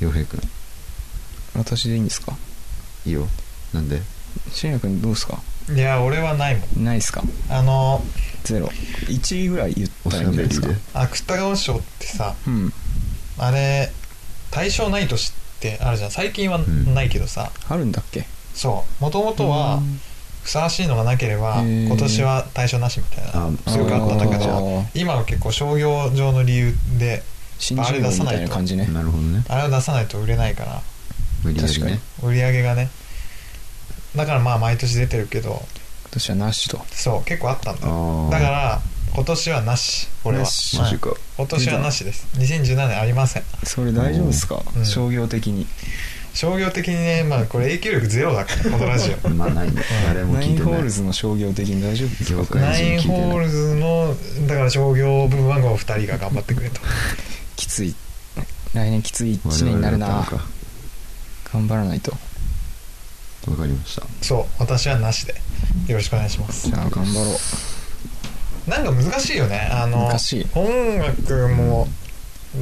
洋平くん私でいいんですかいいよなんで俊也君どうですかいや俺はないもんないですかあのゼロ1位ぐらい言っおたらしいいゃんじゃなべいりですでか芥川賞ってさうんあれ対象ない年ってあるじゃん最近はんないけどさ、あるんだっけそうもともとはふさわしいのがなければへー今年は対象なしみたいなあ強かったんだけあどー今は結構商業上の理由で新人王みたいな感じねなるほどねあれを出さないと売れないから無理やり確かにね売り上げがねだからまあ毎年出てるけど今年はなしとそう結構あったんだよああだから今年はなし俺はなしはいマジか今年はなしです2017年ありませんそれ大丈夫ですかうん商業的に商業的にねまあこれ影響力ゼロだからこのラジ オまあないね誰もナイ聞いンてホなーいルズの商業的に大丈夫です業か界ナ人聞インいてホないールズのだから商業部分はこう2人が頑張ってくれときつい来年きつい1我年に々なるだなったのか頑張らないとわかりましたそう私はなしでよろしくお願いしますじゃあ頑張ろうなんか難しいよねあの難しい音楽も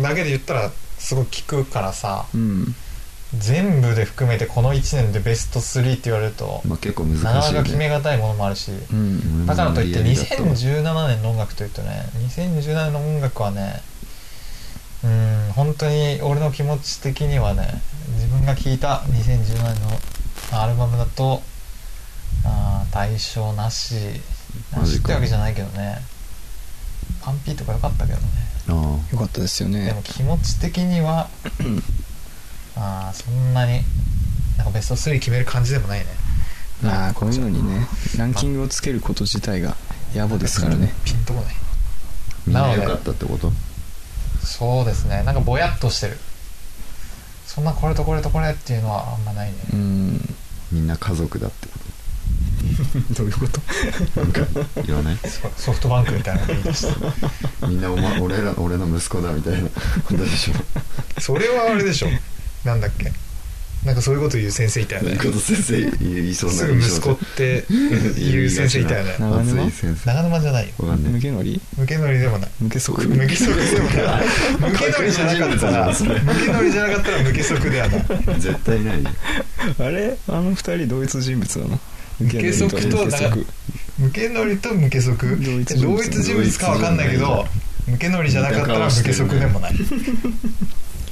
だけで言ったらすごい聞くからさうん全部で含めてこの1年でベスト3って言われるとまあ結構なか難なしいか決めねがたいものもあるしうんだからといって無理やりだったわ2017年の音楽というとね2017年の音楽はねうん本当に俺の気持ち的にはね自分が聴いた2017年のアルバムだとあー大賞なしなマしジかってわけじゃないけどねパンピーとか良かったけどねあよかったですよでねも気持ち的にはあーそんなになんかベスト3決める感じでもないねまあこういうのにねランキングをつけること自体が野暮ですからねピンとこないあみんななの良でかったってことそうですねなんかぼやっとしてるそんなこれとこれとこれっていうのはあんまないね、うんみんな家族だってこどういうこととなんか言わないソソフトバンクみたいなの言い出しみんなお、ま、俺ら俺の息子だみたいなことでしょたそれはあれでしょなんだっけなんかそういうこと言う先生いたよいいねこと先生言いそうなすぐ息子って言う先生いたよね長沼熱い先生長沼じゃないよわかんな抜いけのり無けノリでもない抜けそく無け足で もない無けノリじゃなかったら確認人物だな無けノリじゃなかったら無け足ではない 絶対ないよあれあの二人同一人物だな抜け足と抜け足無けノリと無け足同同一一人物人物かわかんないけど無けノリじゃなかったら無け足でもない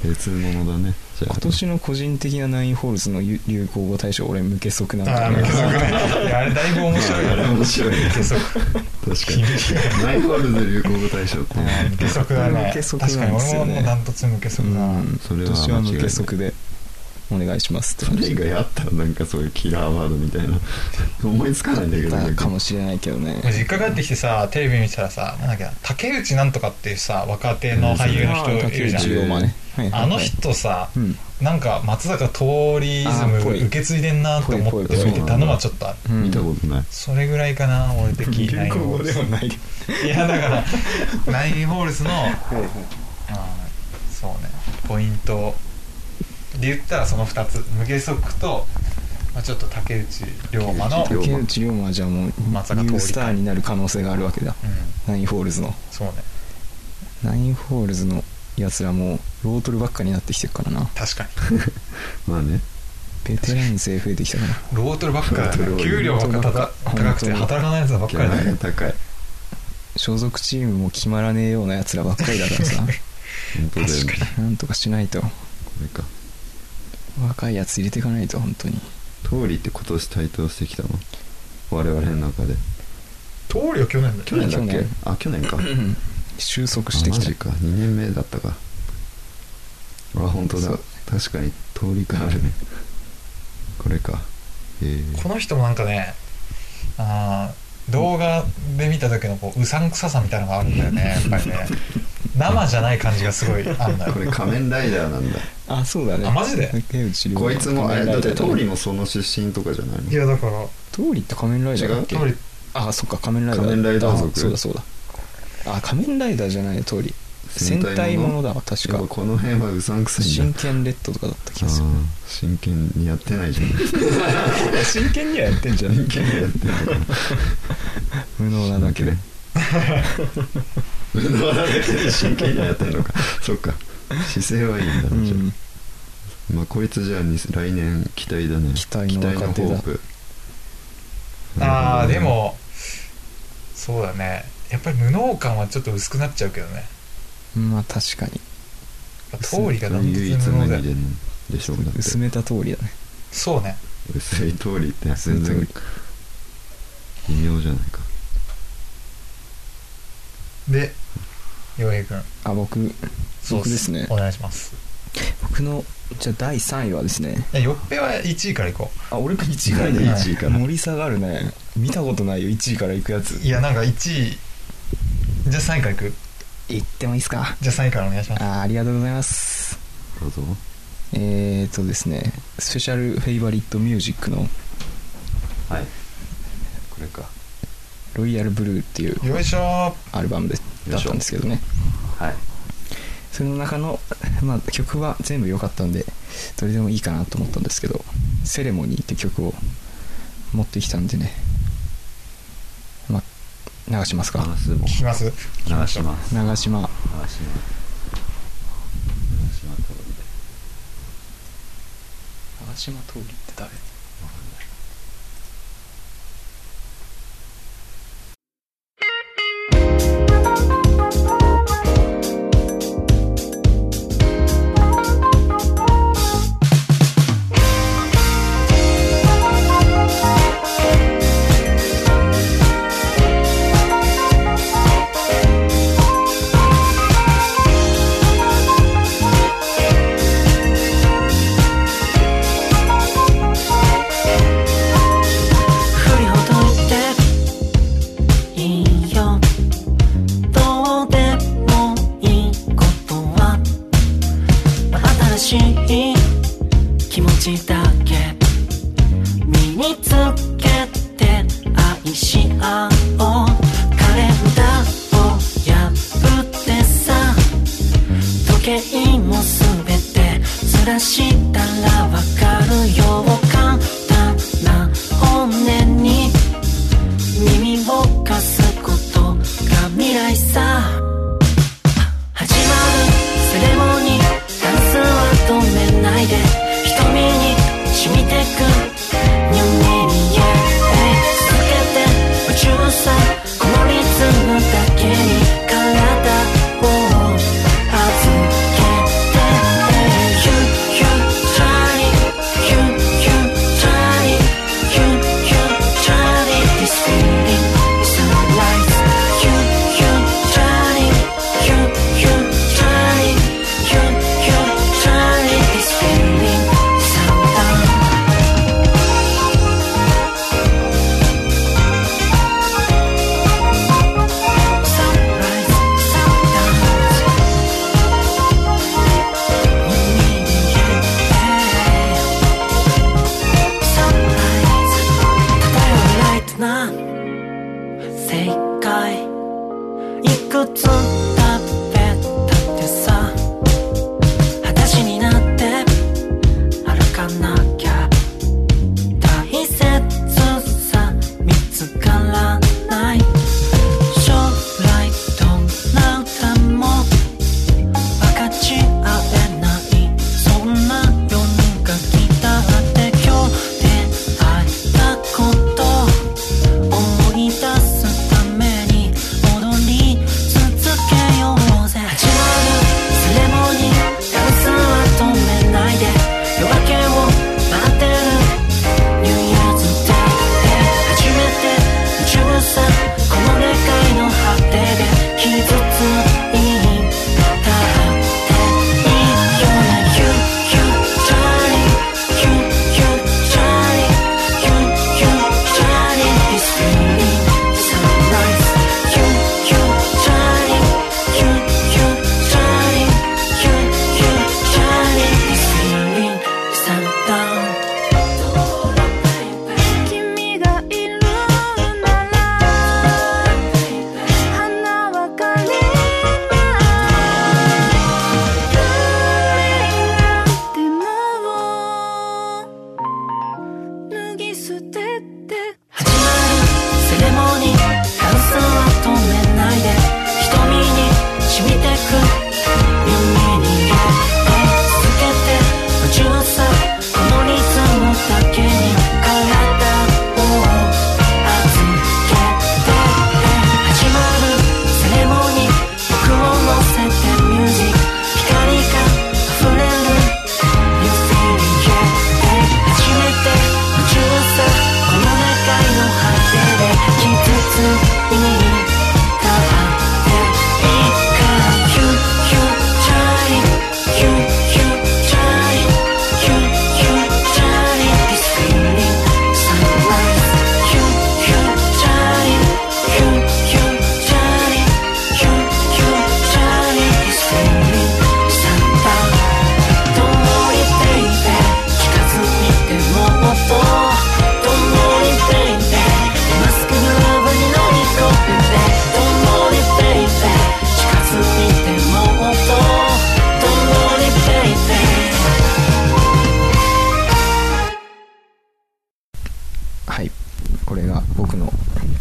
別物だねじゃあ今年の個人的なナインホールズの流流行語大賞俺無け足なんあだあ、無計測ね。いや、あれだいぶ面白いよね。面白いね無計測。確か にナイフォールズ流行語大賞って無計測だ無ね。計測確かなんに、です俺よねももうダントツ無計測だな。うんそれ今は間違年いなはい無け足でお願いしますってそ感れ以じ外あったらなんかそういうキラーワードみたいな思いつかないんだけどだねかもしれないけどね実家帰ってきてさ、テレビ見てたらさ、なんだっけな、竹内なんとかっていうさ、若手の俳優の人いるじゃあ竹内ん。龍馬ねはいはいはあいの人さ、うんなんか松坂桃李イズあーぽムい受け継いでんなって思っぽいてぽい見てたのはちょっとある。うん見たことないそれぐらいかな、俺的ナインホールズ。ないいや、だから、ナインホールズの、あーそうねポイントで言ったらその2つ無下足と、まあ、ちょっと竹内涼真の、竹うん、内竹内涼真はじゃあもうニ松坂桃ュ李ースターになる可能性があるわけだナインホールズのそうねナインホールズのやつらもうロートルばっかになってきてるからな確かにまあねベテラン勢増えてきたからロートルばっかだロートルね多い給料ばっかたた高くて働かないやつばっキかりャラだねが高い所属チームも決まらねえようなやつらばっかりだからさ本当だよね確なんとかしないとこれか若いやつ入れていかないと本当に通りって今年台頭してきたの我々の中で棟梁去年だ去よ年だっ去け年あ去年か収束してあきマたジか2年目だったかあ本当そだう確かに通り感あるねこれかえー、この人もなんかねあー動画で見た時のこううさんくささみたいなのがあるんだよねやっぱりね生じゃない感じがすごいあるんだよこれ仮面ライダーなんだあそうだねあマジで竹内涼真こいつもあれだって仮通面ラりイダーだねもその出身とかじゃないのいやだから通りって仮面ライダーだっけ棟梁あそっか仮面ライダー仮面ライダー族あそうだそうだあ仮面ライダーじゃない通り戦戦隊隊ももののだわ確やっぱかこの辺はうさんくさい真んだ剣レッドとかだった気あがするー真剣にやってないじゃん 真剣にはやってんじゃ真剣にやってない無能なだけで 無能なだけで真剣にやってんのかそっか姿勢はいいんだうなじゃあんまあこいつじゃあに来年期待だね期待の若手だ期待のホープああうんでもそうだねやっぱり無能感はちょっと薄くなっちゃうけどねまあ確かに通りが断トツ唯に一無無能だ二でよねでしょうだって薄めた通りだねそうね薄い通りって薄い全通り然微妙じゃないかで洋平君あ僕そうっ僕ですねお願いします僕のじゃあ第3位はですねいやよっぺは1位からいこあ俺が1違からいねで1位から盛り下がるね見たことないよ1位から行くやつういやなんか1位じゃあ3位からいく行ってもいいですかじゃあ3位からお願いしますあありがとうございますどうぞえーとですねスペシャルフェイバリットミュージックのはいこれか「ロイヤルブルー」っていうよいしょーアルバムでだったんですけどねはいその中の、 まあ、曲は全部良かったんでどれでもいいかなと思ったんですけど「セレモニー」って曲を持ってきたんでねまあ流しますか話すも聞きます流します流し聞きましょうます長島長島長島通りで長島通りって誰わかんない振りほどいていいよどうでもいいことは新しい気持ちだけ身につけて愛し合おうカレンダーを破ってさ時計もすべてずらしたらわかるよ簡単な本音に耳を貸すことが未来さ始まるセレモニーダンスは止めないで瞳に染みてくニューメニア続けて宇宙さこのリズムだけに体を預けて You you try it You you try it You you try it This feeling is our life You you try it You you try it You you try it This feeling is our life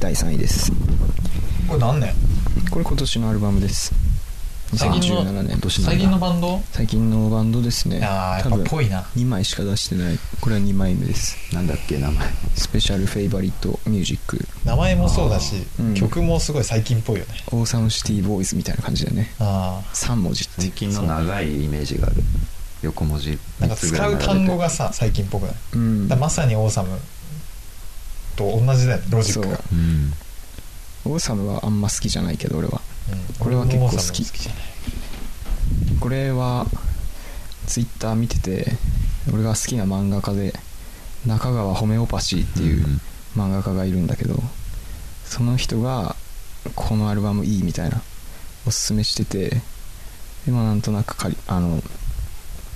第3位ですこれ何年これ今年のアルバムです最近の2017年年最近のバンド最近のバンドですねいやーや多っぱ分ぽいな2枚しか出してないこれは2枚目ですなんだっけ名前スペシャルフェイバリットミュージック名前もそうだし、うん曲もすごい最近っぽいよねオーサムシティボーイズみたいな感じだよねあ3文字って最近の長いイメージがある横文字あな三んかつ使ぐらいう並べて単語がさ最近っぽくない、うんだからまさにオーサムと同じだよねロジックがそううんオーサムはあんま好きじゃないけど俺はうんこれは結構好き俺もオーサムじゃないこれはツイッター見てて俺が好きな漫画家で中川ホメオパシーっていううん漫画家がいるんだけどその人がこのアルバムいいみたいなおすすめしててでもなんとなくかりあの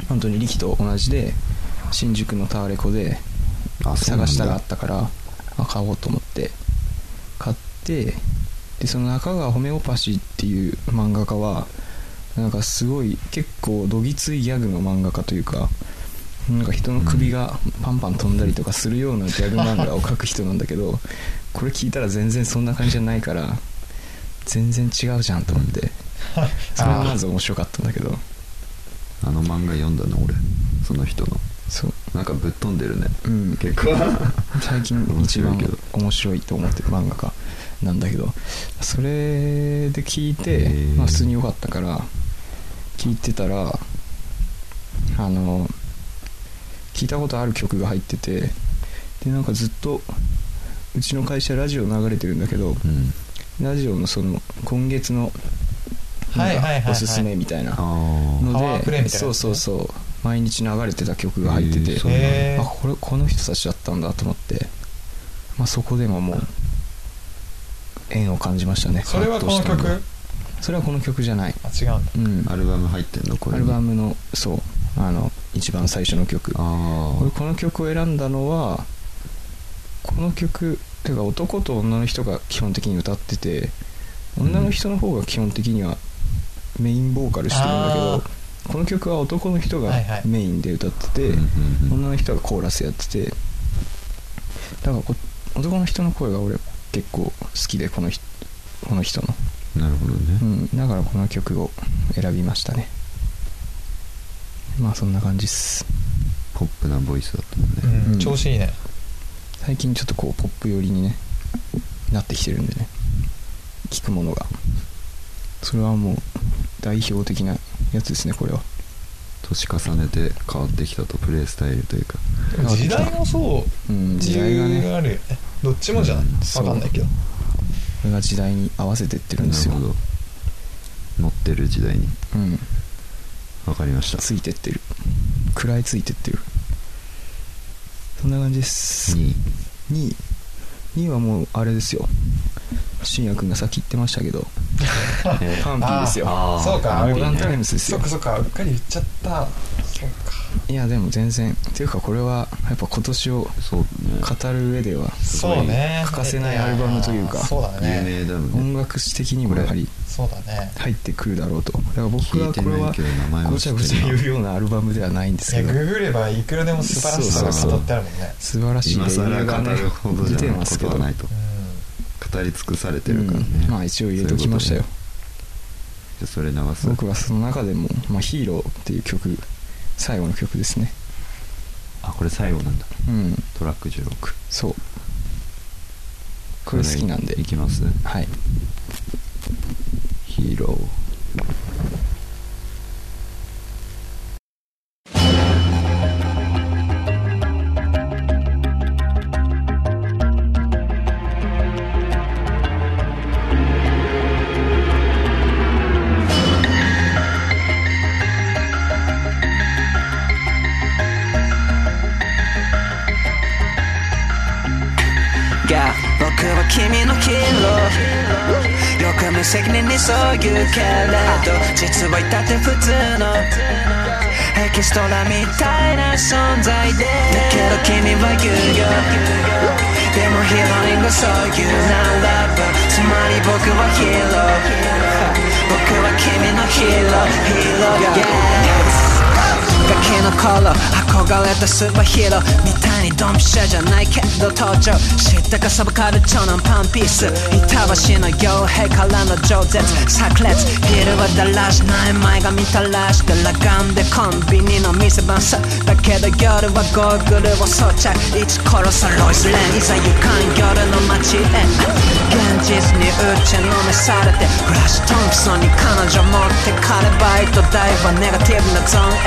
本当に力と同じで新宿のタワレコであそうなんだ探したらあったからあ買おうと思って買ってでその中川ホメオパシーっていう漫画家はなんかすごい結構どぎついギャグの漫画家というかなんか人の首がパンパン飛んだりとかするようなギャグ漫画を描く人なんだけどこれ聞いたら全然そんな感じじゃないから全然違うじゃんと思ってそれはまず面白かったんだけどあの漫画読んだな俺その人のそうなんかぶっ飛んでるねうん結構最近面一白い番けど面白いと思ってる漫画家なんだけどそれで聞いへて、ーまあ、普通に良かったから聞いてたらあの聞いたことある曲が入っててでなんかずっとうちの会社ラジオ流れてるんだけどうんラジオのその今月のはいはいなんはいはかいおすすめみたいなああのパワープレイでみたいなそやうつねそうそう毎日流れてた曲が入っててへーそうなんだへあこれこの人たちだったんだと思って、まあ、そこでももう縁を感じましたねーそれはこのハッと曲しただそれはこの曲じゃない、あ違うんだうん、アルバム入ってんのこれアルバムのそうあの一番最初の曲あ俺この曲を選んだのはこの曲てか男と女の人が基本的に歌ってて女の人の方が基本的にはメインボーカルしてるんだけあどこの曲は男の人がはいはいメインで歌ってて、あうんうんうん女の人がコーラスやっててだからこ男の人の声が俺結構好きでこの人この人の、なるほどうねん、だからこの曲を選びましたねまあそんな感じっすポップなボイスだったもんうねんうん調子いいね最近ちょっとこうポップ寄りにねなってきてるんでね聞くものがそれはもう代表的なやつですねこれは年重ねて変わってきたとプレイスタイルというか変わって時きた代もそううん時代が理由ねあるよねどっちもじゃない、うんそうわかんないけどこれが時代に合わせてってるんでなするよほど乗ってる時代にうんわかりましたついてってる食らいついてってるそんな感じです2位2位2位はもうあれですよ信也君がさっき言ってましたけどパンピーですよあーそうかあーモダンタイムズですそよっかそっかうっかり言っちゃったそっかいやでも全然っていうかこれはやっぱ今年をそうね語る上ではすごいそうね欠かせないアルバムというかやーそうだ有ね名だもんね音楽史的にもやはりそうだね入ってくるだろうとだから僕聞いはてこれないはけど名前はご知ちっゃてごちゃ言るうようなアルバムではないんですいやけどググればいくらでも素晴らしさが語ってあるもんね素晴らしい今レビュ更ーがね語るほど出じてゃなまいこすけとどはないと語り尽くされてるからねうんまあ一応入れときましたよじゃあそれ流す僕はその中でも「まあ、ヒーロー」っていう曲最後の曲ですねあこれ最後なんだうんトラック16そうこれ好きなんでいきますはいヒーローが僕は君のヒーローよく無責任にそう言うけれど実はいたって普通のエキストラみたいな存在でだけど君は言うよでもヒーローイングそう言うならばつまり僕はヒーロー僕は君のヒーローヒーロー Yes ガキの頃憧れたスーパーヒーローみたいにドンピシャじゃないけど登場知ったかサブカル長男パンピース板橋の傭兵からの饒舌炸裂昼はだらしない前髪垂らして裸眼でコンビニの店番さだけど夜はゴーグルを装着いつ殺さロイスレンいざ行かん夜の街へ現実に打ちのめされてフラッシュトンプソンに彼女持ってかれバイト代はネガティブなゾーン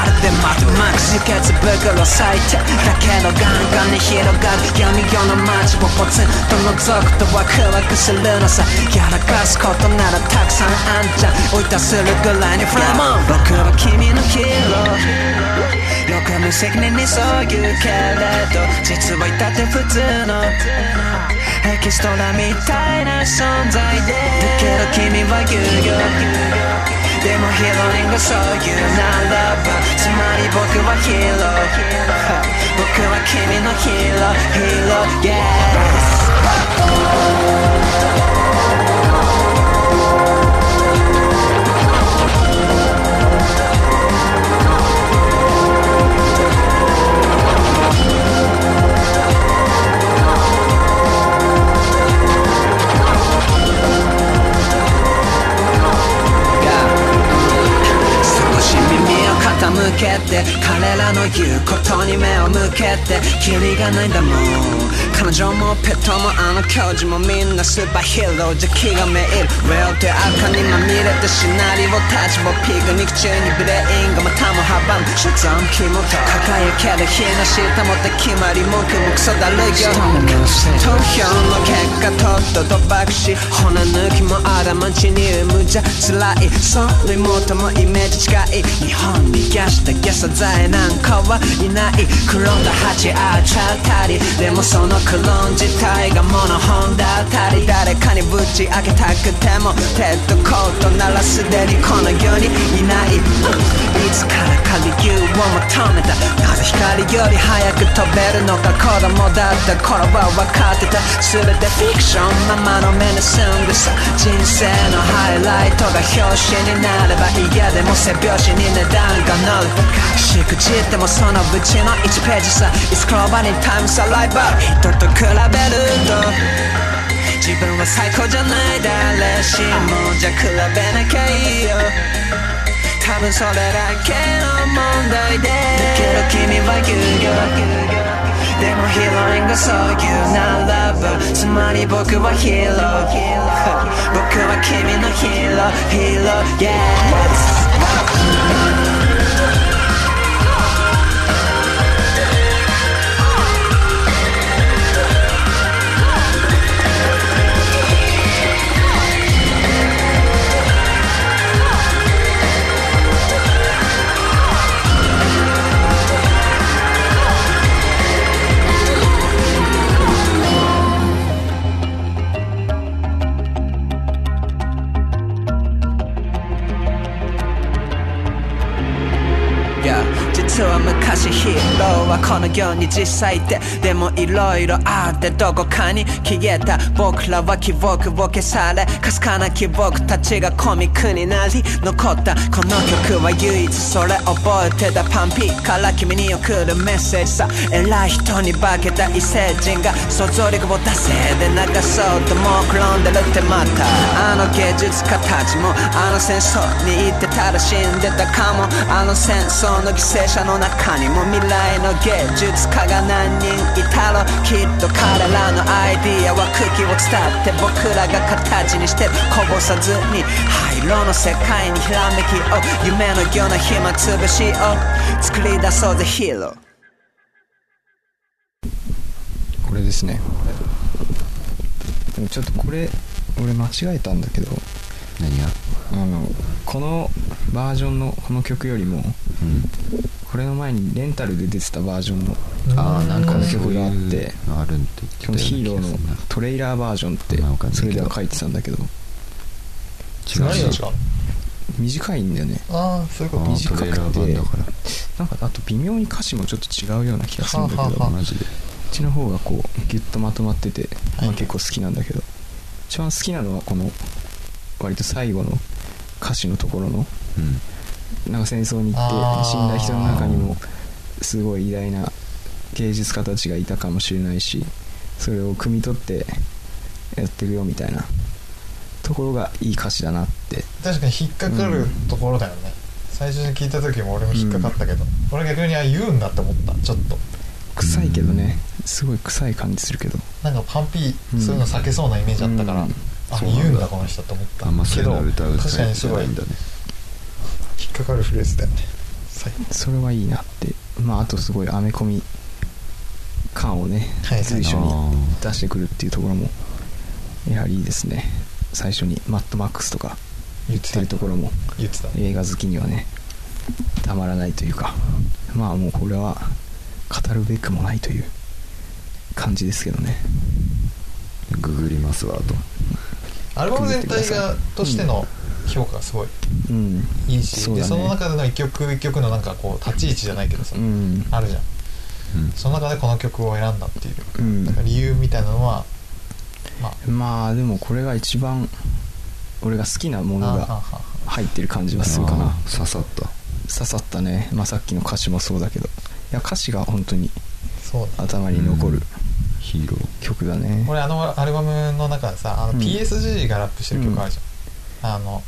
へまるでマッドマックス輸血袋咲いてだけどガンガンに広がる闇夜の街をポツンと覗くとワクワクするのさやらかすことならたくさんあんじゃん追い出せるぐらいにフラモン僕は君のヒーローよく無責任にそう言うけれど実はいたって普通のエキストラみたいな存在でだけど君は言うよでもヒーローイングそういうならばつまり僕はヒーロー僕は君のヒーローヒーロー Yes 少し耳を傾けて彼らの言うことに目を向けてキリがないんだもん彼女もペットもあの教授もみんなスーパーヒーローじゃ気がめいるウェルテアカにまみれてシナリオたちもピクニック中にブレインがまたも阻む所存肝と輝ける日の下もって決まり文句もクソだるよ投票の結果とっとと爆死骨抜きもあらまちに無茶辛いそれもともイメージ近い日本に癒したゲサ剤なんかはいないクロンと蜂あちゃったりでもそのクロン自体がモノホンだったり誰かにぶち開けたくてもペットコートならすでにこの世にいない、うんいつからか理由を求めたなぜ光より早く飛べるのか子供だった頃は分かってた全てフィクションままの目に住んでさ人生のハイライトが表紙になれば嫌でも背拍子に値段が乗るしくじってもそのうちの1ページさいつかバにタイムさライバル人と比べると自分は最高じゃない誰しもじゃ比べなきゃいいよ多分それだけの問題でだけど君は言うよでもヒーロインがそう言うならばつまり僕はヒーロー僕は君のヒーローヒーロー Yes いや実は昔ヒーローはこの世に実際いてでもいろいろあってどこかに消えた僕らは記憶を消されかすかな記憶たちがコミックになり残ったこの曲は唯一それ覚えてたパンピーから君に送るメッセージさ偉い人に化けた異星人が想像力を出せで流そうともくろんでるってまたあの芸術家たちもあの戦争に行ってたら死んでたかもあの戦争の犠牲者の中にも未来の芸術家が何人いたろきっと彼らのアイディアは空気を伝って僕らが形にしてこぼさずに灰色の世界にひらめきを夢のような暇つぶしを作り出そうぜヒーローこれですねでもちょっとこれ俺間違えたんだけど何があのこのバージョンのこの曲よりもうんこれの前にレンタルで出てたバージョンのああなんこかのそう曲いがあっうてのあるんって言こっのてヒたーよロうーな気がすのるなトレイラーバージョンってまあわかんないけそどれでは書いてたんだけど違う何なでしょう短いんだよねああそういうこあとートレーラー版だからなんかあと微妙に歌詞もちょっと違うような気がするんだけどはあはあはあこマジでっちの方がこうギュッとまとまってて、まあ、はい結構好きなんだけど一番好きなのはこの割と最後の歌詞のところのうんなんか戦争に行っあーて死んだ人の中にもすごい偉大な芸術家たちがいたかもしれないしそれを汲み取ってやってるよみたいなところがいい歌詞だなって確かに引っかかるところだよね、最初に聞いた時も俺も引っかかったけど、俺逆にあ言うんだって思ったちょっと臭いけどねすごい臭い感じするけどなんかパンピーそういうの避けそうなイメージあったから、うんあそうなんだ言うんだこの人って思ったあんまそけういうどのは歌う確かタイにプじすゃごないい引んっだねかかるフレーズだよね最それはいいなってまああとすごいアメコミ感をねはい随所にあー出してくるっていうところもやはりいいですね最初にマッドマックスとか言言っっててたるところも言ってた映画好きにはねたまらないというかまあもうこれは語るべくもないという感じですけどねググりますわとアルバム全体がとしての評価がすごいうんいいし、そうでだそのね中での一曲一曲のなんかこう立ち位置じゃないけどさ、うんあるじゃんうんその中でこの曲を選んだっていううんなんか理由みたいなのはまあまあでもこれが一番俺が好きなものあがああ入ってる感じはするかあなー刺さった刺さったね、まあ、さっきの歌詞もそうだけどいや歌詞が本当にそうね頭に残るヒーロー曲だね、俺あのアルバムの中でさあうのん PSG がラップしてる曲あるじゃん、あの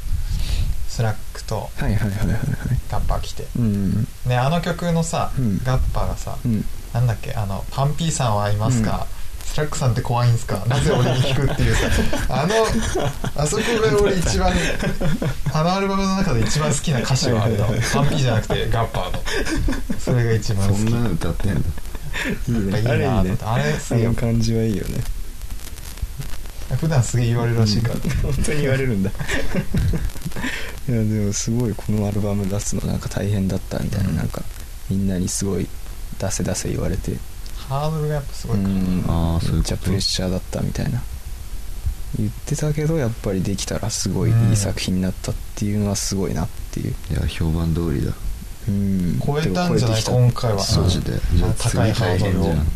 スラックとはいはいはいはいはいガッパー来てうんねあの曲のさ、うんガッパーがさ、うんなんだっけあのパンピーさんはいますか、スラックさんって怖いんすかなぜ俺に聞くっていうさ あのあそこが俺一番あのアルバムの中で一番好きな歌詞は あれだはいはいパンピーじゃなくてガッパーのそれが一番好そんきなの歌ってんだいいやっぱいいなと思ってあれすあげえの感じはいいよね普段すげえ言われるらしいから、本当に言われるんだ いやでもすごいこのアルバム出すのなんか大変だったみたいななんかみんなにすごい出せ出せ言われてハードルがやっぱすごういから、んあーそういうことめっちゃプレッシャーだったみたいな言ってたけどやっぱりできたらすごいうんいい作品になったっていうのはすごいなっていう、いや評判通りだうん、超えたんじゃないでも今回はマジでじゃあ次高いハ大ードル変をじゃん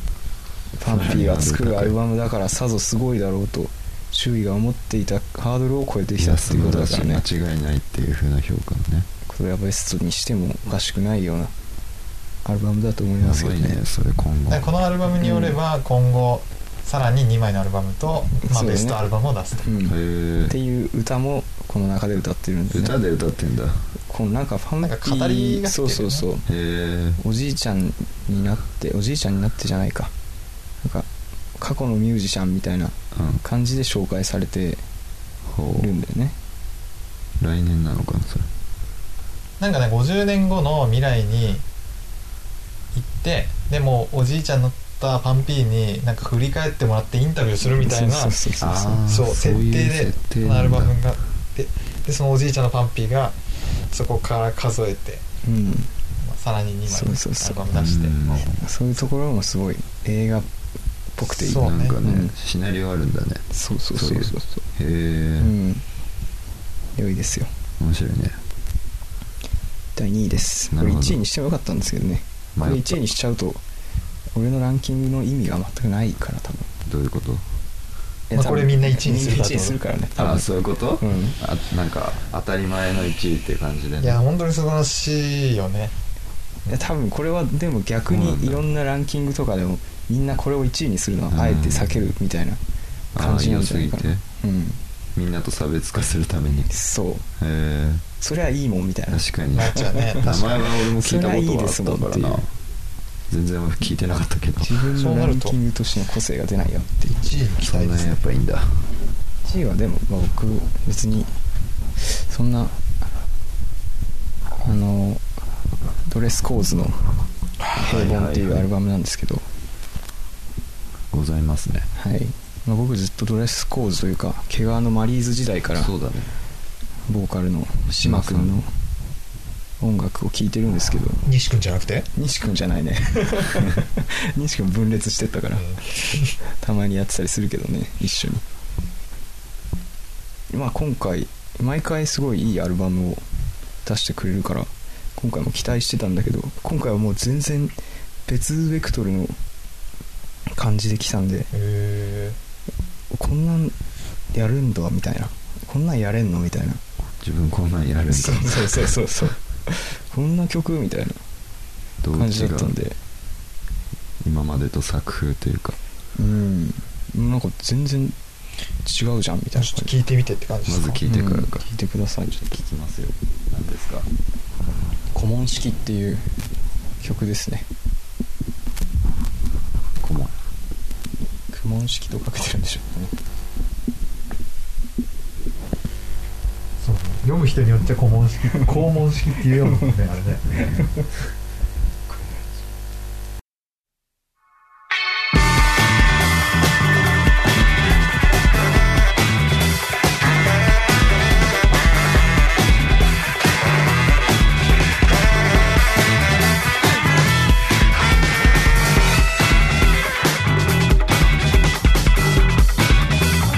パンピーが作るアルバムだからさぞすごいだろうと周囲が思っていたハードルを超えてきいたやって素いうこ晴とらだしかいらね間違いないっていう風な評価のねこれはベストにしてもおかしくないようなアルバムだと思いやますけばどいねねそれ今後だからこのアルバムによれば今後さらに2枚のアルバムと、そまあ、うだねベストアルバムを出すと、うん、っへていう歌もこの中で歌ってるんでえすね歌で歌ってんだへこのなんかパンピなんか語りーが来てるそうねそうそうえおじいちゃんになっておじいちゃんになってじゃないかなんか過去のミュージシャンみたいなうん感じで紹介されてほるんだよねう来年なのかなそれなんかね50年後の未来に行ってでもうおじいちゃんになったパンピーになんか振り返ってもらってインタビューするみたいなそうそうそうそうあーそうそう設いう定設で定こなんのだアルバムがあってでそのおじいちゃんのパンピーがそこから数えて、うんまあ、さらに2枚そうそうそうアルバム出してうんそういうところもすごい映画っぽくていいそうなんかうねんシナリオあるんだねそうそうそうそうそうへうえん良いですよ面白いね第2位ですこなるれほど1位にしてもよかったんですけどねこれ迷っ1位にしちゃうと俺のランキングの意味が全くないから多分どういうことえまあ多分これみんな1位にするみんな1位かとにするからね多あ分そういうことうんあなんか当たり前の1位って感じでいやね本当に素晴らしいよねいや多分これはでも逆にいろんなランキングとかでもみんなこれを1位にするのはあえて避けるみたいな感じなんじゃないかあーな良すうんみんなと差別化するためにへそうえそれはいいもんみたいな確かになっちゃうね 名前は俺も聞いたことはあったそれかはいいですもんらっなていう全然聞いてなかったけど自分そうのラなるンとキングとしての個性が出ないよっていう1位に期そ待んでなすにやねっぱいいんだ1位はでも、まあ、僕別にそんなあのドレスコーズの「平凡」っていうアルバムなんですけど、ございますねはいまあ、僕ずっとドレスコーズというか毛皮のマリーズ時代からそうだねボーカルの島君の音楽を聴いてるんですけど西君じゃなくて西君じゃないね 西君分裂してったからたまにやってたりするけどね一緒にまあ今回毎回すごいいいアルバムを出してくれるから今回も期待してたんだけど今回はもう全然別ベクトルの感じで来たんでへこんなんやるんだみたいなこんなんやれんのみたいな自分こんなんやるんだそうそうそうそうそうこんな曲みたいどなう感じ違だったんうで今までと作風というかうんなんか全然違うじゃんみたいなちょっと聞いてみてって感まじですずか、聞いてからかうん、聞いてくださいちょっと聞きますよ何ですか「古文式」っていう曲ですね顧問苦文式とかけてるんでしょうねそう読む人によっちゃ肛門式肛門式っていうようなもんねあれね「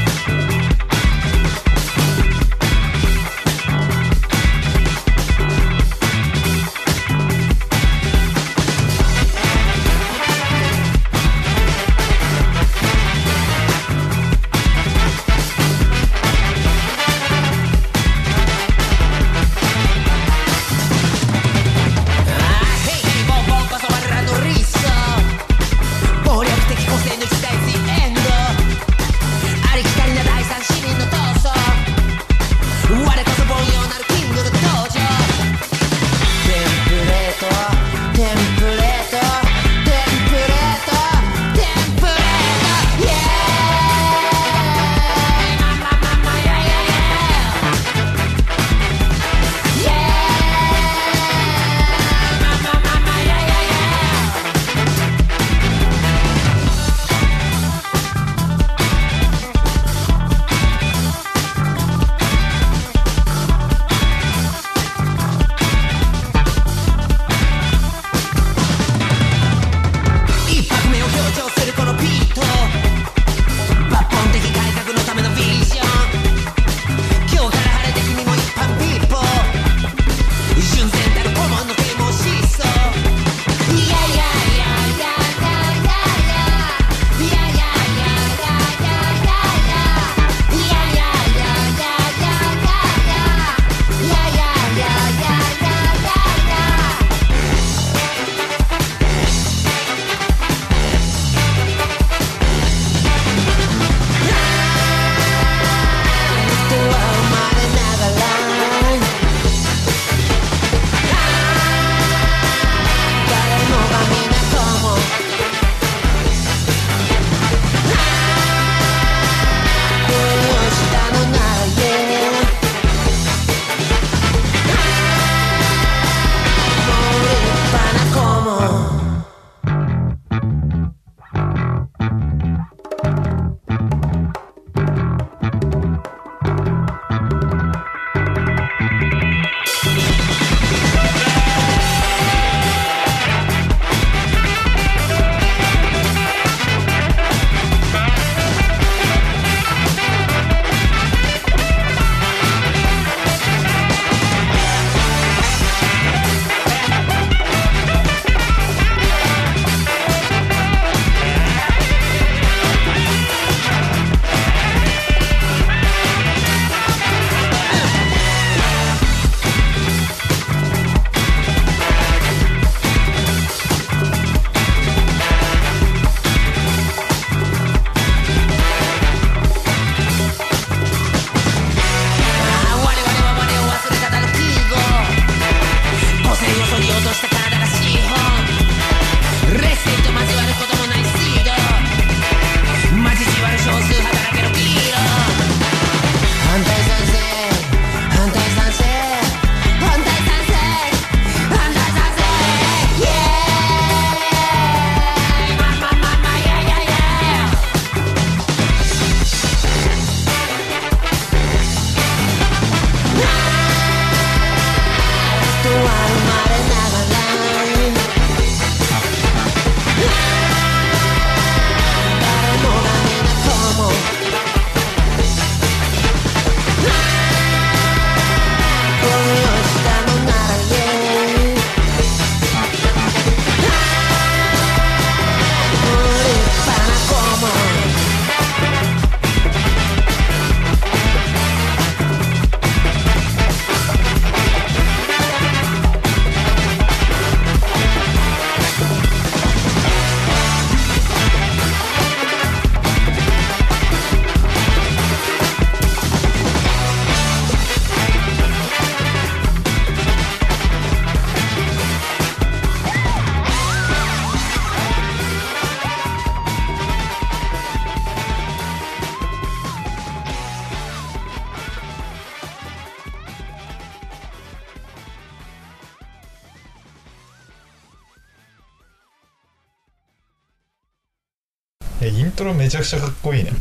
いやイントロめちゃくちゃかっこいいねう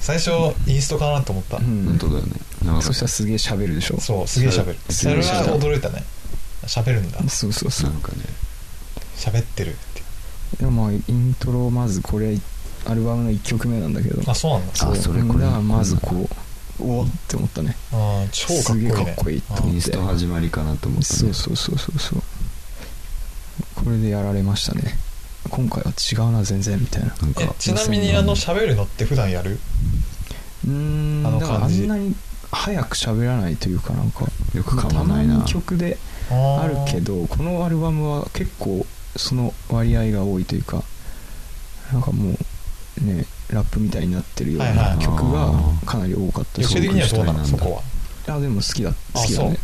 最初インストかなと思った、ん本当だよね長かそっしたらすげえ喋るでしょそうすげえ喋るすそげえれ喋るは驚いたね喋るんだそうそたうそうなんかね喋ってるってでもまあイントロまずこれアルバムの1曲目なんだけどあそうなんだあそれこれだからまずこうおおって思ったねあー超かっすこいいげえねかっこいいと思イっンスてト始まりかなと思ったねそうそうそうそうそうこれでやられましたね今回は違うな全然みたいななんえかちなみにあの喋るのって普段やるうーんあのだからあ感じんなに早く喋らないというかなんかよく噛たままないにな曲であるけどこのアルバムは結構その割合が多いというかなんかもうねラップみたいになってるようはいはない曲がかなり多かった予し、習的にはどうなそうのいそう人こはあでも好きだあ好きだね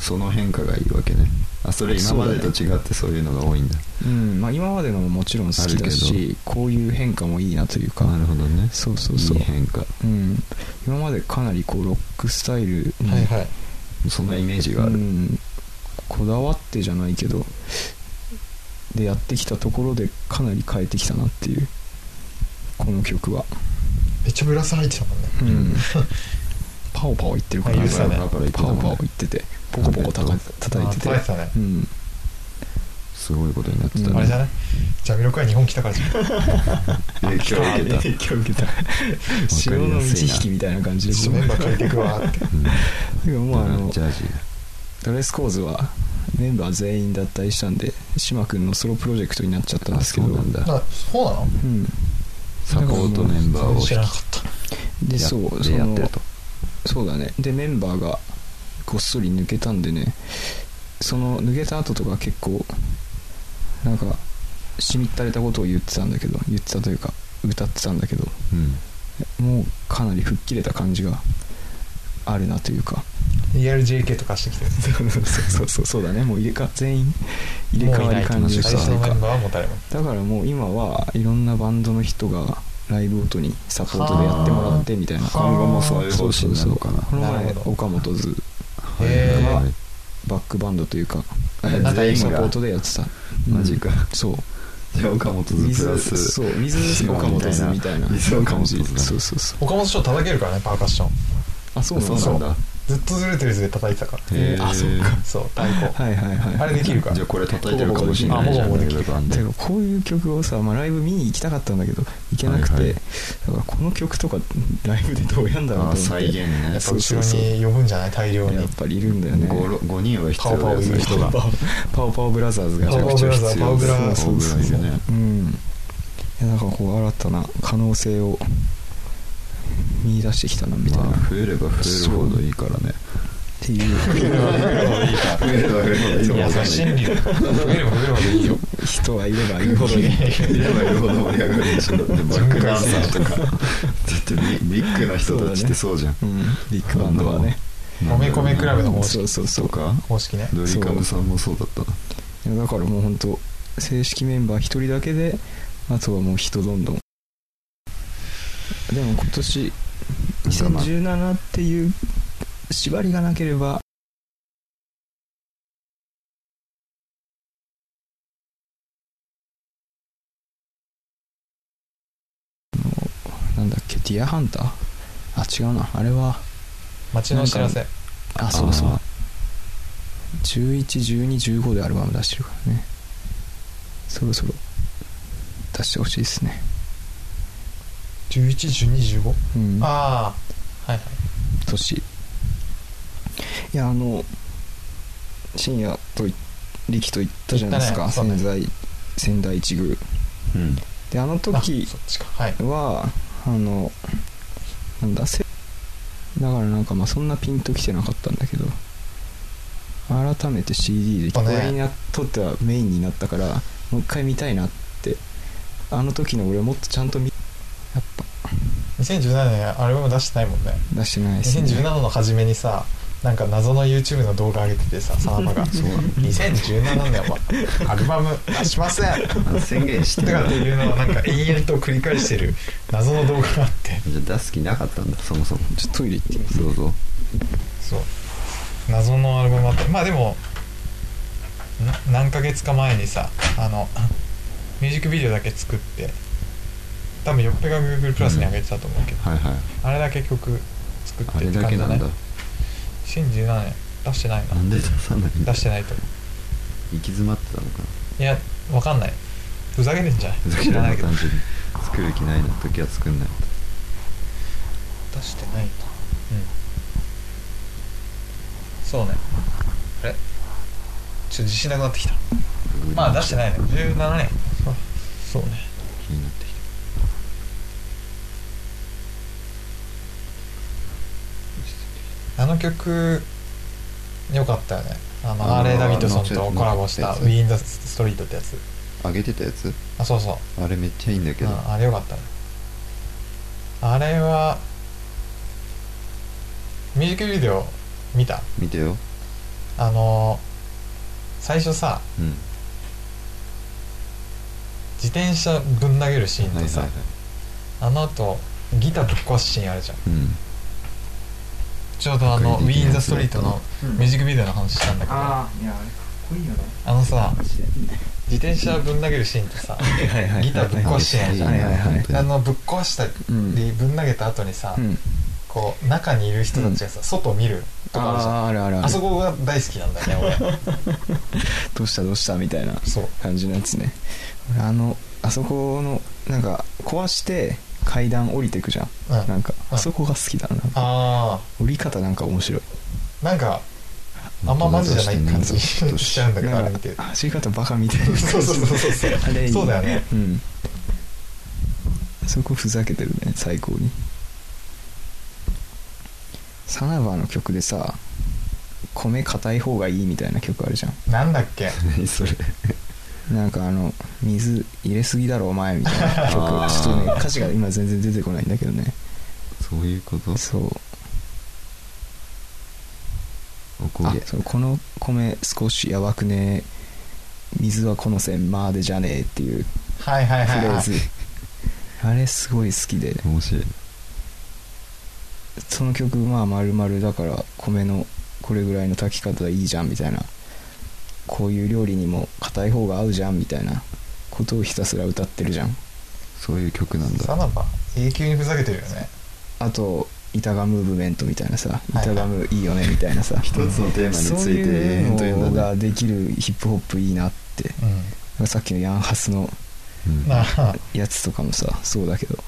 その変化がいいわけねあそれ今までと違ってそういうのが多いんだうん、うんまあ、今までのももちろん好きあだるしこういう変化もいいなというかなるほどねそうそうそういい変化うん、今までかなりこうロックスタイルに、はいはいそんなイメージがあうるん、こだわってじゃないけどでやってきたところでかなり変えてきたなっていうこの曲は、めっちゃブラス入ってたもんねうんん、パオパオ言ってるかあら言ってたねパオパオ言ってたパねオパオ言っててポコポコたた叩いててあ叩いてたねうん、すごいことになってたうんあれじねゃないジャミロクは日本来たからじゃん 影響を受けた影響受けた潮の満ち引きみたいな感じでちょっとメンバー変えていく わーってうんだからもうあのジャージドレスコーズはメンバー全員脱退したんで島君のソロプロジェクトになっちゃったんですけどあそうなんだあそうなのうんサポートメンバーを知引らなきかったでやっそうでそやっのてるとそうだねでメンバーがこっそり抜けたんでねその抜けた後とか結構なんかしみったれたことを言ってたんだけど言ってたというか歌ってたんだけどうんもうかなり吹っ切れた感じがあるなというかリアル JK とかしてきてるそうそうそうそうだねもう入れか全員入れ替わり感じがし最た初といのうメかンバーはもう誰もだからもう今はいろんなバンドの人がライブごとにサポートでやってもらってみたいなはあ今後もそういう方針なのかなこのな前るほど岡本図そうへーはいはいバックバンドというかあえ全員サがポートでやってたマジかうんそうじゃあ岡本図プラ水スそう水岡本図みたいな水岡本図感じだそうそうそう岡本翔叩けるからねパーカッションあそうなんだそうなんだずっとずれてる図で叩いてたからへーあそうかそう太鼓 はいはいはいあれできるからじゃあこれ叩いてるかもしれあないもじゃうもんうできるバンドてかこういう曲をさ、まあ、ライブ見に行きたかったんだけど行けなくて、はいはいだからこの曲とかライブでどうやんだろうと思あって再現ねやっぱそう後そうろそうに呼ぶんじゃない大量にやっぱりいるんだよね五五人は必要だよそういう人がパオパオパオブラザーズがめちゃくちゃ必要パオブラザーそうそうそうパオブラいるねうんいやなんかこう新たな可能性を見出してきたなみたいな、まあっ増えれば増えるほどいいからねていう増えれば増えるほどいいいやそれ真理だ増えれば増えるほど いいよ人はいればいるほどいい いればいるほど盛り上がるでしょだってバックダンサーとかだってビビッグな人たちってそうじゃんうんビッグバンドはね米米クラブの方そ式うそうそとうか公式ねドリカムさんもそうだったないやだからもう本当正式メンバー一人だけであとはもう人どんどんでも今年2017っていう縛りがなければあのなんだっけディアハンターあ違うなあれは街の知らせあそうそうあ111215でアルバム出してるからねそろそろ出してほしいですね111215うんああはいはい年いやあの深夜とい力と言ったじゃないです行か、ったね仙台仙台一宮うんであのあ時そっちかはいはあのなんだせだからなんかまあそんなピンときてなかったんだけど改めて CD でそうこねれになとってはメインになったからもう一回見たいなってあの時の俺もっとちゃんと見やっぱ2017年アルバム出してないもんね出してないですね2017の初めにさなんか謎の YouTube の動画上げて てさサナバが2017年はアル バム出しませんとあ宣言してかたってじゃいうのをなんか延々と繰り返してる謎の動画があってあ出す気なかったんだそもそもちょっとトイレ行ってみますどうぞそう謎のアルバムあってまあでもな何ヶ月か前にさあのミュージックビデオだけ作って多分よっぺが Google プラスに上げてたと思うけど、はいはいあれだけ曲作ってあれるだ感けじなだんねだ2017年出してないなんなで出さないんだ出してないと思行き詰まってたのかなういやわかんないふざけてんじゃないふざけ知たらないなけど単純に作る気ないな時は作んない出してないなうんそうねあれちょっと自信なくなってきたまあ出してないね17年そうね気になってきあの曲よかったよねああののアーレイ・ダビッドソンあのとコラボしたあ「のウィーンド・ストリート」ってやつた上げてたやつあそうそうあれめっちゃいいんだけどうん、あれよかったねあれはミュージックビデオ見た見てよあの最初さうん自転車ぶん投げるシーンはいとはいはさ、いあの後ギターぶっ壊すシーンあるじゃんうん ちょうどあの「ウ確率的ィン・なザ・やつストリート」のミュージックビデオの話したんだけどああいやあれかっこいいよねのさ自転車ぶん投げるシーンってさはいはいギターぶっ壊してやるじゃんはいはいはいあのぶっ壊したうりんぶん投げた後にさ、うんこう中にいる人たちがさ、外を見るとかあるじゃんあーあるあるあるあそこが大好きなんだよね 俺どうしたどうしたみたいなそう感じのやつね俺あのあそこのなんか壊して階段降りてくじゃんうんなんかうんあそこが好きだななんかあ降り方なんか面白いあなんかあんまマジじゃない感じしちゃうんだけどあなれんか見て る走り方バカみたいな そうそうそうそうそうあれいいそうだよねうんあそこふざけてるね最高にサナバーの曲でさ米硬い方がいいみたいな曲あるじゃなんだっけ何それんなんかあの水入れすぎだろお前みたいなあー曲ちょっとね歌詞が今全然出てこないんだけどねそういうことそうおこあげそうこの米少しやばくね水はこの線まーでじゃねえっていうはいはいフはいレは ーいズあれすごい好きで面白いその曲まあ丸々だから米のこれぐらいの炊き方いいじゃんみたいなこういう料理にも硬い方が合うじゃんみたいなことをひたすら歌ってるじゃんそういう曲なんサだナバ永久にふざけてるよねあと板ガムーブメントみたいなさはい板ガムいいよねみたいなさ一つのテーマにつそういて永遠とい言ううのんだがねできるヒップホップいいなってうさっきのヤンハスのうんんあ あやつとかもさそうだけど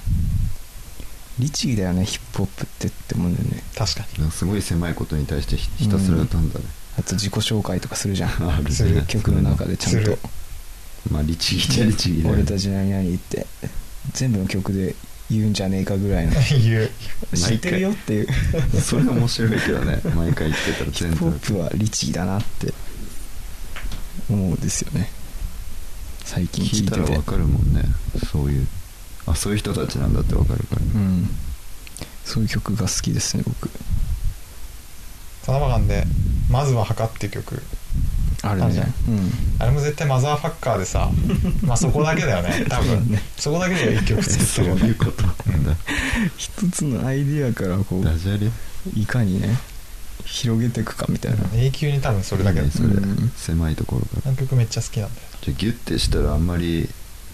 律儀だよねヒップホップってって思うんだよね確かなんかすごい狭いことに対してひひたすら歌うんだねあと自己紹介とかするじゃんあるする曲の中でちゃんすとるまあ律儀じゃ律儀だよ俺ねたち何々って全部の曲で言うんじゃねえかぐらいのに言う知ってるよっていうそれ面白いけどね毎回言ってたら ヒ全ップホ然ップは律儀だなって思うんですよね最近聞聞いいたてらてわかるもんねそういうあそういう人たちなんだってわかる から、うんそういう曲が好きですね僕サナバガンで「まずは墓」っていう曲あるあるじゃんねうんあれも絶対マザーファッカーで さまあそこだけだよね多分ねそこだけで一曲そう作ってるよいねうことなんだ一つのアイディアからこダうジャレいかにね広げていくかみたいな永久に多分それだいけだいねそれ、うん狭いところからあの曲めっちゃ好きなんだよじゃあギュッてしたらあんまり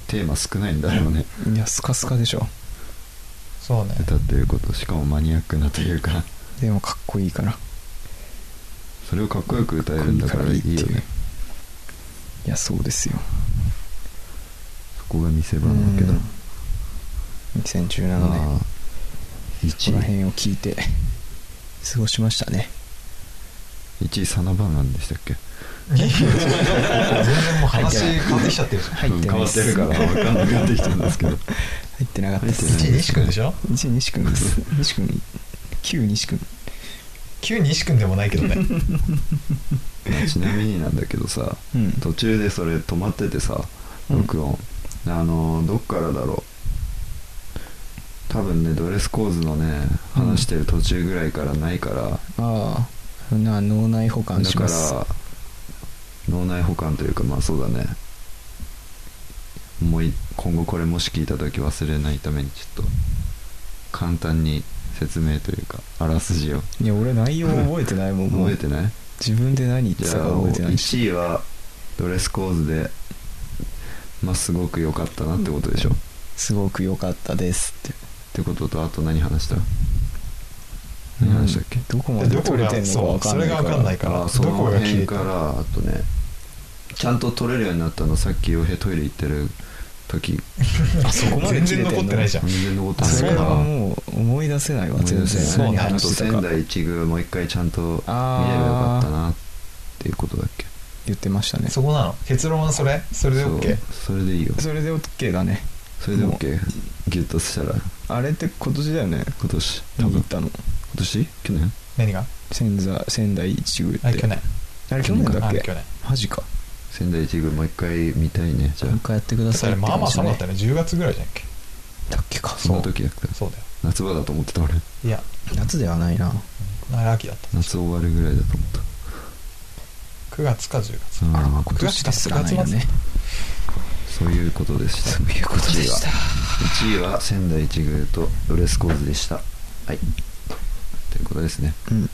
テーマ少ないんだろうねいやスカスカでしょそう ね歌ってることしかもマニアックなというかでもかっこいいからそれをかっこよく歌えるんだからいいよねいやそうですよそこが見せ場なわけだうん2017あ年あこ1の位辺を聞いて過ごしましたね1位サナバなんでしたっけ全然もう話変わってきちゃってるじゃん入ってないです変わってるから分かんなくなってきてるんですけど入ってなかったで入ってすない1位西君でしょ1西君です西君旧西君9西君でもないけ どねちなみになんだけどさうん途中でそれ止まっててさうん録音、あのどっからだろう多分ねドレスコーズのねうん話してる途中ぐらいからないから、ああな脳内保管だしかますら脳内保管というかまあそうだねもうい今後これもし聞いた時忘れないためにちょっと簡単に説明というかあらすじをいや俺内容覚えてないもんもう覚えてない自分で何言ってじたゃかあ覚えてないし1位はドレスコーズでまあすごく良かったなってことでしょすごく良かったですっててこととあと何話した何話したっけ、どこまででどこ取れがてんそのうかそれ分がかん分ないかかんならいからあそどのこが切辺れてかるらあとねちゃんと取れるようになったのさっき洋平トイレ行ってる時 あそこまで全然残ってないじゃん全然残ってあないそかれらはもう思い出せないわ思い全出然せない何あと話してた仙か台一宮もう一回ちゃんと見ればよかったなっていうことだっけ言ってましたねそこなの結論はそれそれで OK そうそれでいいよそれで OK だねそれでも OK ギュッとしたらあれって今年だよね今年多見に分行っ今たの年去年何が仙座仙台一宮ってあれ去年あれ去年だあっれけ去年マジか仙台一宮もう一回見たいねじゃもう一回やってくだだってさあいれまあまあ寒かったねね10月ぐらいじゃんけだっけかあそんな時だったそうだよ夏場だと思ってた俺いや夏ではないなあれ秋だった夏終わるぐらいだと思った9月か10月うんあらまあ今年ですらないよねそういうことでしたそういう ことでした1位は仙台一宮とドレスコーズでしたはいということですねうん